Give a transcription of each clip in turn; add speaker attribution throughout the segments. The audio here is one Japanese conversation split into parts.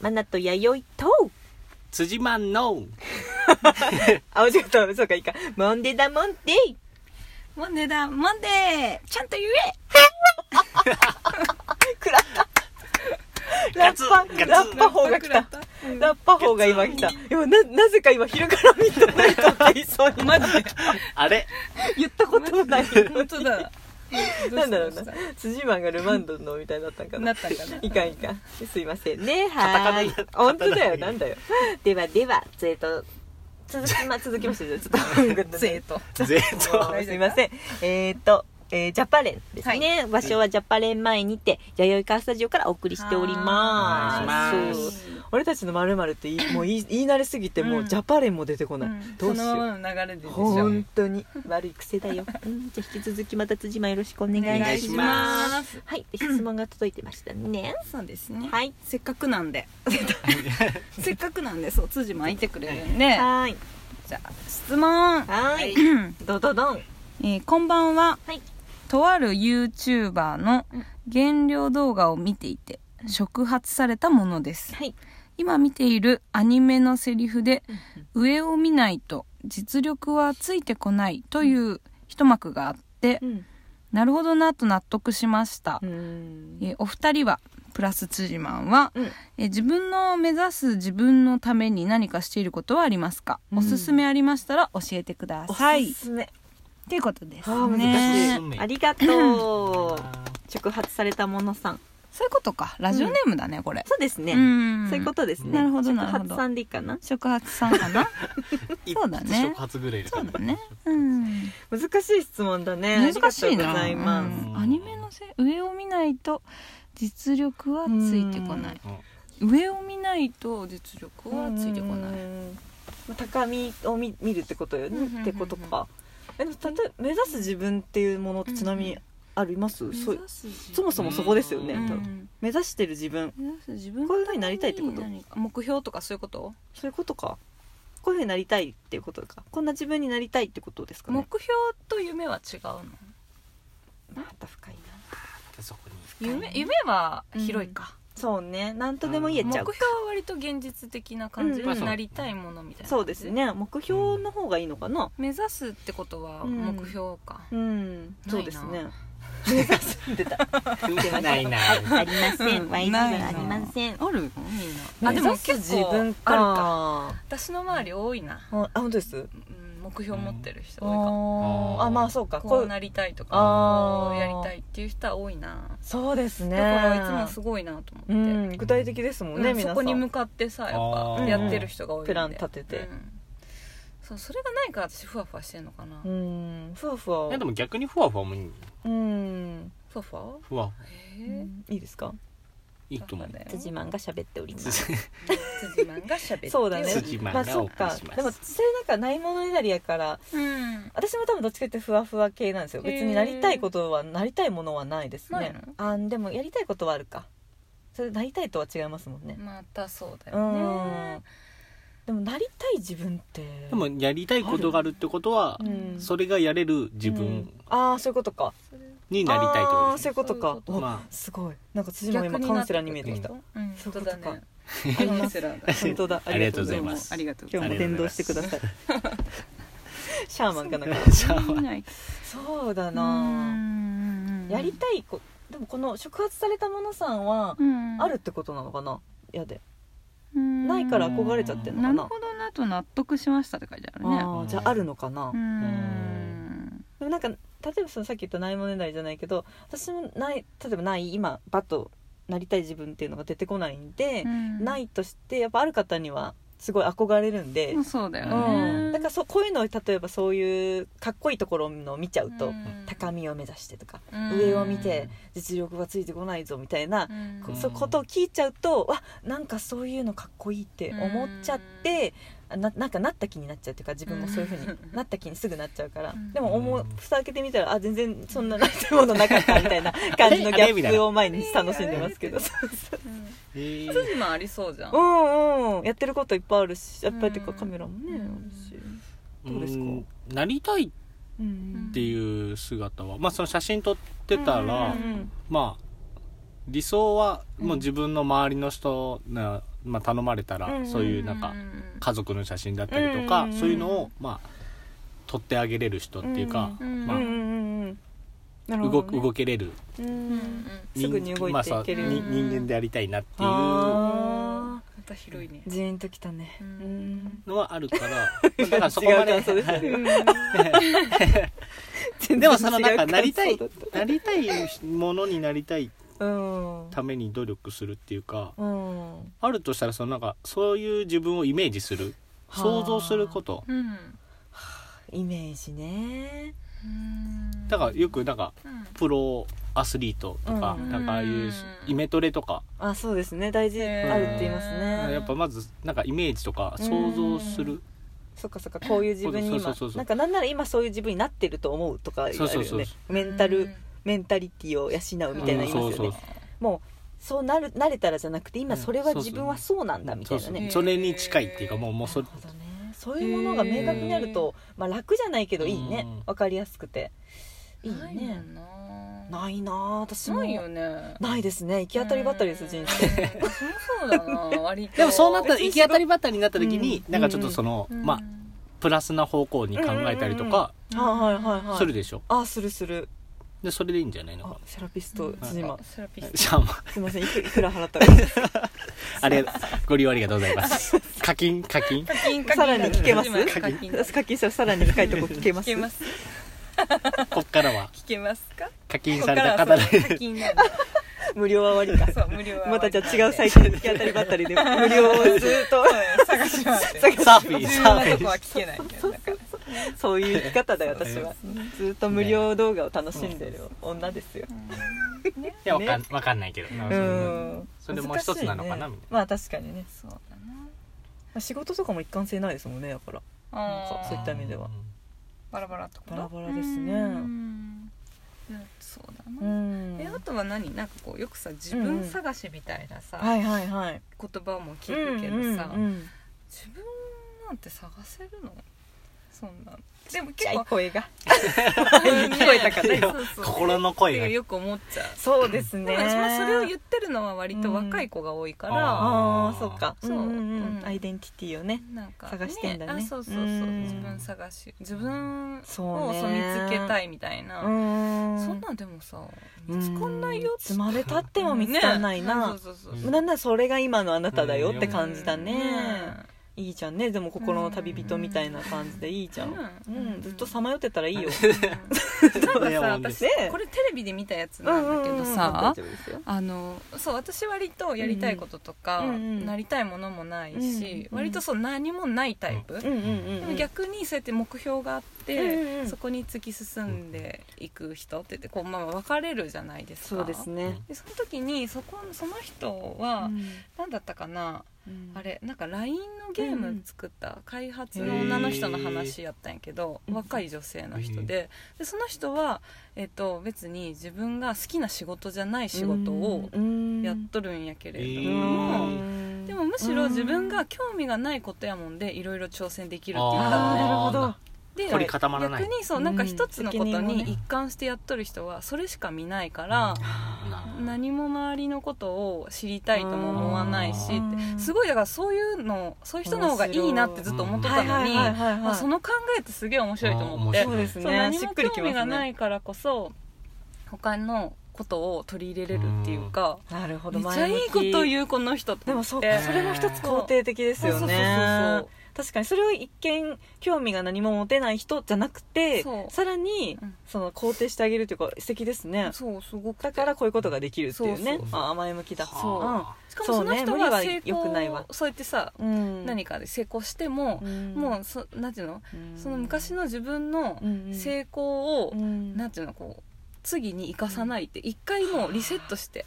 Speaker 1: マナと弥生と
Speaker 2: 辻マンの
Speaker 1: あ間違ったそうかいいかモンデだモンデ
Speaker 3: モンデーだモンデーちゃんと言え
Speaker 1: 食らったラ
Speaker 2: ガツ
Speaker 1: ッパ
Speaker 2: ガツ
Speaker 1: ラッパ方が来た
Speaker 3: うん
Speaker 1: ラッパ方が今来たでもななぜか今昼からミッドナイトって言いそう に
Speaker 3: マジで
Speaker 2: あれ
Speaker 1: 言ったこともない
Speaker 3: 本当だ
Speaker 1: なんだろう
Speaker 3: ど
Speaker 1: な
Speaker 3: した
Speaker 1: 辻マンがルマンドのみたいになったんかな
Speaker 3: なったんかない
Speaker 1: かんいかんすいませんね
Speaker 2: カタカナ
Speaker 1: はーい
Speaker 2: カタカナ
Speaker 1: 本当だよなんだよではではえっと続きま続きましてじゃあちょっ と
Speaker 3: 生徒
Speaker 2: ぜと
Speaker 1: すいません。えーっと、えージャパレンですね、場所はジャパレン前にて、弥生カースタジオからお送りしておりま
Speaker 2: はーい
Speaker 1: す。
Speaker 2: お願い
Speaker 1: そう俺たちのまるっていいもう言い言い慣れすぎてもううんジャパレンも出てこない。
Speaker 3: うん
Speaker 1: どう
Speaker 3: そ
Speaker 1: し
Speaker 3: の
Speaker 1: よう。
Speaker 3: ままの流れででしょ
Speaker 1: 本当に悪い癖だよ。うん、じゃあ引き続きまた辻間よろしくお願い
Speaker 3: お
Speaker 1: します。
Speaker 3: 願いし
Speaker 2: ま
Speaker 3: ます
Speaker 1: はい、で質問が届いてましたね。
Speaker 3: そうですね
Speaker 1: はい
Speaker 3: せっかくな んでせっかくなんでそう辻も空いてくれるんで
Speaker 1: はーい、
Speaker 3: じゃあ質問
Speaker 1: はーい、 どどどん。
Speaker 3: えーこんばんは、
Speaker 1: はい
Speaker 3: とある YouTuber の減量動画を見ていて触発されたものです
Speaker 1: はい、
Speaker 3: 今見ているアニメのセリフで「上を見ないと実力はついてこない」という一幕があって
Speaker 1: うん、
Speaker 3: なるほどなと納得しました
Speaker 1: う、ん、
Speaker 3: えーお二人はプラス辻マンは、
Speaker 1: うん
Speaker 3: えー自分の目指す自分のために何かしていることはありますか、
Speaker 1: うん
Speaker 3: おすすめありましたら教えてくだ
Speaker 1: お
Speaker 3: さい
Speaker 1: すすめ。
Speaker 3: ということです
Speaker 1: あー難しい、
Speaker 3: ね
Speaker 2: ね
Speaker 1: ありがとう。触発されたものさん。
Speaker 3: そういうことかラジオネームだね、これ
Speaker 1: そうですね。
Speaker 3: ん
Speaker 1: そういうことですね。
Speaker 3: なるほどなるほど
Speaker 1: 触発さんでいいかな。
Speaker 3: 触発さんか なそうだね
Speaker 2: 一発ぐらいですか
Speaker 3: そうだねうん
Speaker 1: 難しい質問だね。
Speaker 3: 難しいな
Speaker 1: ありがとうございます。
Speaker 3: うんアニメのせ上を見ないと実力はついてこない
Speaker 2: うん
Speaker 3: 上を見ないと実力はついてこな
Speaker 1: う
Speaker 3: い
Speaker 1: ん。まあ高みを見見るってことよ
Speaker 3: うんうんうんう
Speaker 1: ね。
Speaker 3: ん
Speaker 1: ってことか。えでも例えば目指す自分っていうものってちなみにあります？
Speaker 3: 目
Speaker 1: そう
Speaker 3: 指す自分
Speaker 1: そもそもそこですよね。
Speaker 2: う
Speaker 1: 多
Speaker 2: ん
Speaker 1: 分目指してる自分
Speaker 3: 目指す自分
Speaker 1: こういう風になりたいってこと
Speaker 3: のために何か目標とかそういうこと
Speaker 1: そういうことか。こういうふうになりたいっていうことか。こんな自分になりたいってことですか
Speaker 3: 目
Speaker 1: ね。
Speaker 3: 標と夢は違うの
Speaker 1: また深いな。
Speaker 2: そこに
Speaker 3: 夢夢は広いか
Speaker 1: そうね。なんとでも言え
Speaker 3: 目
Speaker 1: ちゃ
Speaker 3: 標
Speaker 1: う
Speaker 3: は。割と現実的な感じ
Speaker 1: うん
Speaker 2: うん
Speaker 3: なりたいものみたいな
Speaker 1: そうですね。目標の方がいいのかな。
Speaker 3: 目指すってことは目標か
Speaker 1: うん、
Speaker 3: な
Speaker 1: そうです
Speaker 3: い
Speaker 1: ね。目指す出た。
Speaker 2: ないない
Speaker 1: ありません。
Speaker 3: ない
Speaker 1: YG
Speaker 3: な
Speaker 1: はありません。
Speaker 3: あるのみんな
Speaker 1: あでも結構自分
Speaker 3: あるか
Speaker 1: か。
Speaker 3: 私の周り多いな、
Speaker 1: あ、本当です。
Speaker 3: うん、目標持ってる人
Speaker 1: あ
Speaker 3: 多いかも
Speaker 1: ーあ、まあそうか。
Speaker 3: こ
Speaker 1: こ
Speaker 3: う
Speaker 1: う
Speaker 3: なりたいと
Speaker 1: あ
Speaker 3: か
Speaker 1: ー
Speaker 3: こうやりたいっていう人は多いな
Speaker 1: そうですね。
Speaker 3: だからいつもすごいなと思って、
Speaker 1: うん、具体的ですもんね、
Speaker 3: うん
Speaker 1: 皆
Speaker 3: そ
Speaker 1: さん。
Speaker 3: こに向かってさやっ
Speaker 2: あ
Speaker 3: ぱ
Speaker 2: ー
Speaker 3: やってる人が多いんで
Speaker 1: プラン立てて
Speaker 3: うんそうそれがないから私ふわふわしてんのかな、
Speaker 1: う
Speaker 3: ふ
Speaker 1: ん、ふわふわ
Speaker 2: いや。でも逆にふわふわもいい
Speaker 1: うん、
Speaker 3: わふわ
Speaker 2: ふわ
Speaker 3: へ
Speaker 1: いいですか。
Speaker 2: いい
Speaker 3: え
Speaker 2: と思う
Speaker 1: 辻マンが喋っております。
Speaker 3: 辻マンが喋って
Speaker 1: そうだね
Speaker 2: 辻マン
Speaker 1: まあ、
Speaker 2: が
Speaker 1: そ
Speaker 2: お
Speaker 1: う
Speaker 2: 送り
Speaker 1: か
Speaker 2: しま。す
Speaker 1: でも、それなんかないものねだりやから、
Speaker 3: うん
Speaker 1: 私も多分どっちかっていうとふわふわ系なんですよ別になりたいことは、なりたいものはないです
Speaker 3: ない
Speaker 1: ね
Speaker 3: の
Speaker 1: あーでもやりたいことはあるかそれなりたいとは違いますもんね
Speaker 3: またそうだ
Speaker 1: う
Speaker 3: よ
Speaker 1: ん
Speaker 3: ね
Speaker 1: でもなりたい自分って
Speaker 2: でもやりたいことがあるってことは
Speaker 1: うん
Speaker 2: それがやれる自
Speaker 1: う
Speaker 2: 分
Speaker 1: んああそういうことか
Speaker 3: それ
Speaker 2: になりたいってこと
Speaker 1: あーそ
Speaker 2: で
Speaker 1: う
Speaker 2: す
Speaker 1: いうことか
Speaker 3: そういうこと
Speaker 1: お
Speaker 2: まあ
Speaker 1: すごいなんか辻も今
Speaker 3: 逆に
Speaker 1: カウ
Speaker 3: な
Speaker 1: ン
Speaker 3: っ
Speaker 1: セ
Speaker 3: て
Speaker 1: ラーに見えてきた
Speaker 3: うん本当だね
Speaker 1: あり
Speaker 3: カウ
Speaker 1: ます
Speaker 3: ンセラーだ
Speaker 1: 本当だ
Speaker 2: ありがとうございます
Speaker 3: どうもありがとうご
Speaker 1: 今日
Speaker 3: ざい
Speaker 1: も
Speaker 3: ま
Speaker 1: 転倒してください シャーマンかなんか
Speaker 2: じゃあ
Speaker 3: す見ない
Speaker 1: そうだな
Speaker 3: な
Speaker 1: やりたいこでもこの触発されたものさんはあるってことなのかなやでな
Speaker 3: ない
Speaker 1: から憧れちゃってんの
Speaker 3: な
Speaker 1: か
Speaker 3: る
Speaker 1: な
Speaker 3: ほどなと納得しましたって書いてあるね
Speaker 1: あーじゃああるのかな、
Speaker 3: うーん
Speaker 1: でもなんか例えばそのさっき言ったないものねだりじゃないけど私もない例えばない今バッとなりたい自分っていうのが出てこないんで、
Speaker 3: うん
Speaker 1: ないとしてやっぱある方にはすごい憧れるんで、
Speaker 3: まあそうだよ
Speaker 1: うん
Speaker 3: ね
Speaker 1: だからそうこういうのを例えばそういうかっこいいところのを見ちゃうと、
Speaker 3: うん
Speaker 1: 高みを目指してとか、
Speaker 3: うん
Speaker 1: 上を見て実力がついてこないぞみたいな
Speaker 3: う、ん
Speaker 1: こそうことを聞いちゃうとわなんかそういうのかっこいいって思っちゃって、ななんかなった気になっちゃうっていうか自分もそういうふうになった気にすぐなっちゃうから、
Speaker 3: うん
Speaker 1: でも思う
Speaker 2: うん
Speaker 1: 蓋開けてみたらあ全然そんなないものなかったみたいな感 じのギャップを毎日楽しんでますけどそうそう
Speaker 3: うん
Speaker 2: えー
Speaker 3: 辻もありそうじゃん
Speaker 1: うんうんやってることいっぱいあるしやっぱりっていうか
Speaker 3: うん
Speaker 1: カメラもねあるし、どうですか
Speaker 2: んなりたい
Speaker 1: うん
Speaker 2: っ
Speaker 1: ん
Speaker 2: ていう姿はまあその写真撮ってた
Speaker 1: うん
Speaker 2: ら
Speaker 1: うん
Speaker 2: まあ理想はもう自分の周りの人なまあ、頼まれた
Speaker 1: うんうんう
Speaker 2: ら
Speaker 1: ん
Speaker 2: そういうなんか家族の写真だったりと
Speaker 1: うん
Speaker 2: か
Speaker 1: うんうん
Speaker 2: そういうのをまあ撮ってあげれる人っていうか
Speaker 4: うんうん
Speaker 2: ま
Speaker 1: うん
Speaker 2: あ
Speaker 1: うんうんなるほど
Speaker 2: 動く
Speaker 1: ね
Speaker 2: 動けれる
Speaker 1: うん
Speaker 3: うんうん
Speaker 1: すぐに動いていける
Speaker 2: まあそうに人間でありたいなっていうの
Speaker 1: あ
Speaker 3: また広いね
Speaker 1: ージーンときたね
Speaker 3: うん
Speaker 1: うん
Speaker 2: はあるからだからそこ ま
Speaker 1: 違
Speaker 2: で
Speaker 1: う感想ですね
Speaker 2: はい
Speaker 1: 全然
Speaker 2: でもそのな
Speaker 1: 違
Speaker 2: ん
Speaker 1: う感
Speaker 2: か
Speaker 1: 想
Speaker 2: なりたい
Speaker 1: だった
Speaker 2: なりたいものになりたい
Speaker 1: うん
Speaker 2: ために努力するっていうか
Speaker 1: うん
Speaker 2: あるとしたらそのなんかそういう自分をイメージする
Speaker 1: はあ
Speaker 2: 想像すること
Speaker 3: うん
Speaker 1: イメージね
Speaker 3: うん
Speaker 2: だからよくなんか
Speaker 3: うん
Speaker 2: プロアスリートとか、
Speaker 1: うん
Speaker 2: なんかああいう
Speaker 3: うん
Speaker 2: イメトレとか、
Speaker 1: あそうですね大事あるって言います
Speaker 3: うん
Speaker 1: ね
Speaker 2: やっぱまずなんかイメージとか想像する、
Speaker 1: そっかそっかこういう自分に
Speaker 2: そ
Speaker 1: 今
Speaker 2: うそうそうそう
Speaker 1: なんかなんなら今そういう自分になってると思うとか言われる
Speaker 2: そ
Speaker 1: よ
Speaker 2: うそうそう
Speaker 1: ね
Speaker 2: そ
Speaker 1: メンタ
Speaker 3: う
Speaker 1: ル
Speaker 3: ん
Speaker 1: メンタリティを養うみたいな言い
Speaker 2: そ
Speaker 1: ま
Speaker 2: う
Speaker 1: す
Speaker 2: そ
Speaker 1: よ
Speaker 2: う
Speaker 1: ねもうそうなる慣れたらじゃなくて今
Speaker 2: うん
Speaker 1: それは自分はそうなんだみたい
Speaker 2: そ
Speaker 1: うな
Speaker 2: そう
Speaker 1: ね
Speaker 2: それに近いっていうかもうもうそれ
Speaker 1: なるほどねそういうものが明確にあると、まあ、楽じゃないけどいいね
Speaker 2: うん
Speaker 1: わかりやすくていい
Speaker 3: ないも
Speaker 1: ね
Speaker 3: んな
Speaker 1: ないなあ私も
Speaker 3: ないよね
Speaker 1: ないですね行き当たりばったりです人生
Speaker 3: 生そうだな割と
Speaker 2: でもそうなったら
Speaker 1: 別に
Speaker 2: 行
Speaker 1: す
Speaker 2: き
Speaker 1: ごい
Speaker 2: 当たりばったりになった時に、
Speaker 1: うん
Speaker 2: なんかちょっとその、
Speaker 3: うん
Speaker 2: まあプラスな方向に考えたりとか
Speaker 3: うん
Speaker 1: はいはいはいはい
Speaker 2: するでしょ、
Speaker 1: あするする
Speaker 2: でそれでいいんじゃないの
Speaker 1: あ
Speaker 2: か
Speaker 1: セラピスト
Speaker 3: うん
Speaker 1: 辻間
Speaker 3: セラピスト
Speaker 2: じゃあまあ
Speaker 1: すいませんいくいくら払 ったら
Speaker 2: あれご利用ありがとうございます課金課金
Speaker 3: 課金課金
Speaker 1: さらに聞けます
Speaker 3: 課金
Speaker 1: 私課金したらさらに深いとこ聞けま
Speaker 3: 聞
Speaker 1: す
Speaker 3: けます
Speaker 2: こっからは
Speaker 3: 聞けますか
Speaker 2: 課金された方
Speaker 3: こ
Speaker 2: で
Speaker 3: こからはそう課金なんで
Speaker 1: 無料は終わり か
Speaker 3: そう無料は
Speaker 1: またじゃあ違うサイトで行き当たりばったりで無料をずっと
Speaker 3: 探し回って
Speaker 2: サーフィン
Speaker 3: 重
Speaker 2: サーフィ
Speaker 3: 要なと
Speaker 2: ン
Speaker 3: こは聞けないけどだから
Speaker 1: そういう生き方だよ私はずっと無料動画を楽しんでる女ですよ
Speaker 2: いやわかんわかんないけど、まあ
Speaker 1: うん
Speaker 2: それも一つなのか
Speaker 1: 難
Speaker 2: な
Speaker 1: しいね
Speaker 2: みたい
Speaker 1: まあ確かにね
Speaker 3: そうだな
Speaker 1: まあ仕事とかも一貫性ないですもんねだから
Speaker 3: あ
Speaker 1: そ
Speaker 3: ー
Speaker 1: ういった意味では
Speaker 3: バラバラってこと
Speaker 1: バラバラですね
Speaker 3: うんいやそうだな、
Speaker 1: ん
Speaker 3: えあとは何なんかこうよくさ自分探しみたいなさ、
Speaker 1: はいはいはい
Speaker 3: 言葉も聞くけどさ、
Speaker 1: うんうんうん
Speaker 3: 自分なんて探せるのそんなでも
Speaker 1: ちっち
Speaker 3: 結
Speaker 1: ゃい
Speaker 3: 構
Speaker 1: 声 が
Speaker 3: 聞
Speaker 1: 声だからね
Speaker 3: そうそう
Speaker 2: 心の
Speaker 3: って
Speaker 2: 声が
Speaker 3: よく思っちゃう
Speaker 1: そうです
Speaker 3: で
Speaker 1: ね
Speaker 3: も私もそれを言ってるのは割と若い子が多いか
Speaker 2: うん
Speaker 3: ら、
Speaker 1: ああそうか
Speaker 3: そうん
Speaker 1: ん
Speaker 3: うん
Speaker 1: アイデンティティをね
Speaker 3: なんか、
Speaker 1: 探してんだね
Speaker 3: あそうそうそう
Speaker 1: うん
Speaker 3: 自分探し自分を
Speaker 1: そうね
Speaker 3: そう見つけたいみたいな、
Speaker 1: ん
Speaker 3: そんなんでもさ見つかんないよ
Speaker 1: 生まれたっても見つかんないな、
Speaker 3: ねそうそうそう
Speaker 2: う
Speaker 3: そ
Speaker 2: ん
Speaker 1: なんならそれが今のあなただよって
Speaker 3: う
Speaker 1: 感じだね、
Speaker 3: ね
Speaker 1: いいじゃんねでも心の旅人みたいな感じでいいじゃん、う
Speaker 3: うんん
Speaker 1: ずっとさまよってたらいいよ、
Speaker 3: なんか
Speaker 2: いや
Speaker 3: さ
Speaker 2: もうね
Speaker 3: 私
Speaker 1: ね
Speaker 3: これテレビで見たやつ なんだけどさ
Speaker 1: 大丈夫ですよ
Speaker 3: あのそう私割とやりたいこととか、
Speaker 1: うんうん
Speaker 3: なりたいものもないし、
Speaker 1: うん
Speaker 3: 割とそう何もないタイプ、
Speaker 1: うんうん
Speaker 3: で
Speaker 1: う
Speaker 3: も
Speaker 1: ん
Speaker 3: 逆にそうやって目標があって、
Speaker 1: うんうん
Speaker 3: そこに突き進んでいく人って言ってこう、まあ、分かれるじゃないですか
Speaker 1: そうですね、
Speaker 3: でその時にそこその人は何だったかな、
Speaker 1: うん
Speaker 3: あれなんか LINE のゲーム作った開発の女の人の話やったんやけど、
Speaker 1: へー
Speaker 3: 若い女性の人で,、でその人は、えっと別に自分が好きな仕事じゃない仕事を
Speaker 1: うん
Speaker 3: やっとるんやけれど
Speaker 1: う
Speaker 3: も。
Speaker 1: ん
Speaker 3: でもむしろ自分が興味がないことやもんでいろいろ挑戦できるって言ったの
Speaker 1: あー
Speaker 3: ね
Speaker 1: なるほど
Speaker 3: で
Speaker 2: 凝り固まらない
Speaker 3: 逆にそうなんか一つの
Speaker 1: う
Speaker 3: こと
Speaker 1: ん責任をね
Speaker 3: に一貫してやっとる人はそれしか見ないから、
Speaker 2: 何
Speaker 3: 何も周りのことを知りたいとも思わないし
Speaker 1: うん
Speaker 3: ってすごいだからそういうのそういう人の方がいいなってずっと思って
Speaker 1: は
Speaker 3: た
Speaker 1: いは
Speaker 3: の
Speaker 1: い
Speaker 3: に
Speaker 1: はいはいは
Speaker 3: あ
Speaker 1: い
Speaker 3: その考えってすげえ面白いと思っ
Speaker 2: あ
Speaker 3: て
Speaker 2: ー
Speaker 1: そ
Speaker 2: 面白い
Speaker 1: うです
Speaker 3: そう
Speaker 1: ね
Speaker 3: 何
Speaker 1: し
Speaker 3: も
Speaker 1: っくりき
Speaker 3: 興味
Speaker 1: ま
Speaker 3: が
Speaker 1: す
Speaker 3: な
Speaker 1: ね
Speaker 3: いからこそ他のことを取り入れれるっていうか
Speaker 1: なるほど
Speaker 3: めっちゃいいこと
Speaker 1: う
Speaker 3: 言うこの人と
Speaker 1: でも
Speaker 3: 思って
Speaker 1: そうかそれも一つ肯定的ですよね
Speaker 3: そうそうそうそう
Speaker 1: 確かにそれを一見興味が何も持てない人じゃなくて
Speaker 3: そう
Speaker 1: さらに
Speaker 3: うん
Speaker 1: その肯定してあげるというか素敵ですね
Speaker 3: そうすごくて
Speaker 1: だからこういうことができるっていうね
Speaker 2: そうそう
Speaker 1: あ甘え向きだ
Speaker 2: そう
Speaker 3: しかもその
Speaker 1: そう
Speaker 3: 人
Speaker 1: ね無理
Speaker 3: が
Speaker 1: は
Speaker 3: 成
Speaker 1: 良くない
Speaker 3: 功
Speaker 1: わ
Speaker 3: そうやってさ
Speaker 1: うん、うん、
Speaker 3: 何かで成功しても
Speaker 1: うん
Speaker 3: もうそなんていうの
Speaker 1: うん
Speaker 3: その昔の自分の成功を
Speaker 1: うん
Speaker 3: なんていうのこう次に生かさないって一回もうリセットして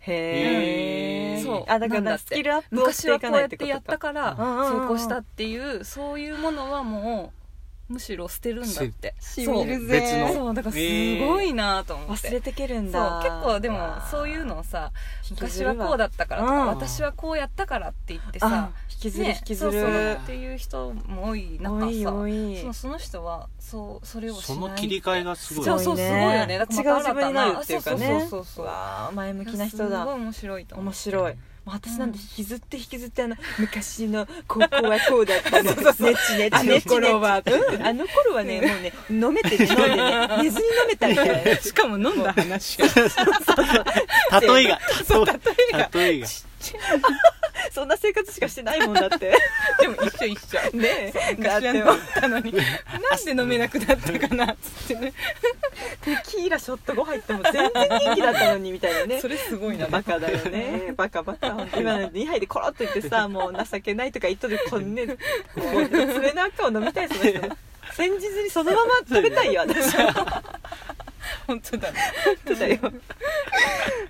Speaker 1: へえ
Speaker 3: そう
Speaker 1: あだか
Speaker 3: なんだ
Speaker 1: ら
Speaker 3: って
Speaker 1: スキルアップをして
Speaker 3: 昔
Speaker 1: い
Speaker 3: はこ
Speaker 1: か
Speaker 3: う
Speaker 1: ない
Speaker 3: やっ
Speaker 1: ってこ
Speaker 3: て
Speaker 1: と
Speaker 3: やった
Speaker 1: か
Speaker 3: から
Speaker 1: うんうんうんうん
Speaker 3: 成功したっていうそういうものはもうむしろ捨てるんだって
Speaker 1: し
Speaker 3: そう
Speaker 1: みる
Speaker 2: 別の
Speaker 3: そうだからすごいなと思って
Speaker 1: 忘
Speaker 3: そう
Speaker 1: れてけるん
Speaker 3: 結
Speaker 1: だ
Speaker 3: 構でもそういうのをさ昔はこうだったからと
Speaker 1: うん
Speaker 3: か私はこうやったからって言ってさ
Speaker 1: あ引きずる引きずる、
Speaker 3: ね、そうそうっていう人も多い中
Speaker 1: 多い
Speaker 3: さ
Speaker 1: 多い
Speaker 3: そうその人はそうそれをしない
Speaker 2: その切り替えがすごい
Speaker 3: そうそうすごいよね
Speaker 1: 違う自分になるっていうかね
Speaker 3: そうそうそうそう
Speaker 1: わあ前向
Speaker 3: そう
Speaker 1: きな人
Speaker 3: すごい
Speaker 1: だ
Speaker 3: 面白いと思う
Speaker 1: 面白いもう私なんて引きずって引きずってあの昔の高校はこうだった のネチネチ
Speaker 3: あの頃は
Speaker 1: うんあの頃はねもうね飲めてて飲んで ね寝ずに飲めたみたいな
Speaker 3: しかも飲んだ話
Speaker 2: 例えが例え が
Speaker 1: そんな生活しかしてないもんだって
Speaker 3: でも一緒一緒
Speaker 1: ねえだっ
Speaker 3: 昔は
Speaker 1: て
Speaker 3: 飲んだのになんで飲めなくなったかなっつってね
Speaker 1: テキーラショット5入っても全然元気だったのにみたいなね
Speaker 3: それすごいな
Speaker 1: バカだよねバカバカ本当今の2杯でコロッといって さもう情けないとか言っとるこ んねもう爪の赤を飲みたいその 人先日にそのまま食べたいよ私は
Speaker 3: 本当だね
Speaker 1: 本当だよ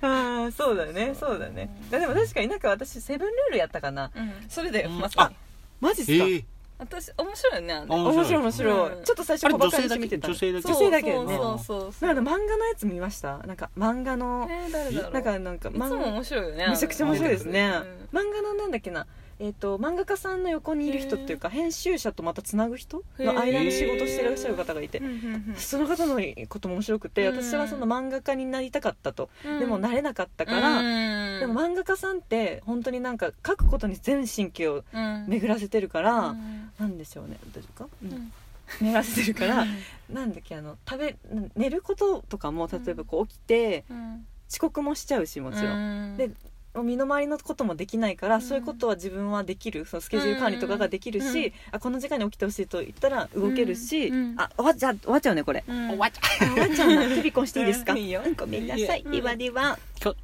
Speaker 1: ああそうだねそうだねいやでも確かになんか私セブンルールやったかな
Speaker 3: それだよ
Speaker 2: うん
Speaker 3: まさに
Speaker 1: マジっすか、
Speaker 2: ええ
Speaker 3: 私面白いよねあれ
Speaker 2: あ
Speaker 1: 面白い面白い、
Speaker 3: うん
Speaker 1: ちょっと最初
Speaker 2: あれ
Speaker 1: 小バ
Speaker 2: 女
Speaker 1: カ
Speaker 2: 性
Speaker 1: にし
Speaker 2: だ
Speaker 1: て見て
Speaker 2: け
Speaker 1: た
Speaker 2: 女性だけ
Speaker 1: 女性だけよね
Speaker 3: そうそうそう
Speaker 1: なんか漫画のやつ見ましたなんか漫画の
Speaker 3: えー誰だろう
Speaker 1: なんかなんか
Speaker 3: いつ
Speaker 1: 漫
Speaker 3: も面白いよね
Speaker 1: めちゃくちゃ面白いですね、
Speaker 3: うん
Speaker 1: 漫画のなんだっけなえー、と漫画家さんの横にいる人っていうか編集者とまたつなぐ人の間に仕事してらっしゃる方がいて
Speaker 3: うんうんうん
Speaker 1: その方のことも面白くて
Speaker 3: うん
Speaker 1: 私はその漫画家になりたかったと、
Speaker 3: うん
Speaker 1: でもなれなかったから、
Speaker 3: うん
Speaker 1: でも漫画家さんって本当になんか書くことに全神経を
Speaker 3: うん
Speaker 1: 巡らせてるから、
Speaker 3: うん
Speaker 1: なんでしょうね大丈夫か、うん
Speaker 3: うん
Speaker 1: 巡らせてるからなんだっけあの食べ寝ることとかも例えばこう起きて
Speaker 3: うん
Speaker 1: 遅刻もしちゃうしもちろん、
Speaker 3: うん
Speaker 1: で身の回りのこともできないから、
Speaker 3: うん
Speaker 1: そういうことは自分はできるそのスケジュール管理とかができるし、
Speaker 3: うん
Speaker 1: あこの時間に起きてほしいと言ったら動けるし、
Speaker 3: うんうん
Speaker 1: あ終わっちゃう終わっちゃうねこれ
Speaker 3: うん
Speaker 2: おばちゃん
Speaker 1: あ終わっちゃうなピピコンしていいですか
Speaker 3: うんいいよ
Speaker 1: うんごめんなさい
Speaker 3: いいよ
Speaker 1: ではでは
Speaker 2: きょ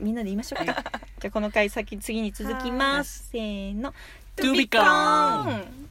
Speaker 1: みんなで言いましょうかじゃあこの回先次に続きますせーの
Speaker 2: トゥビコーン
Speaker 3: うん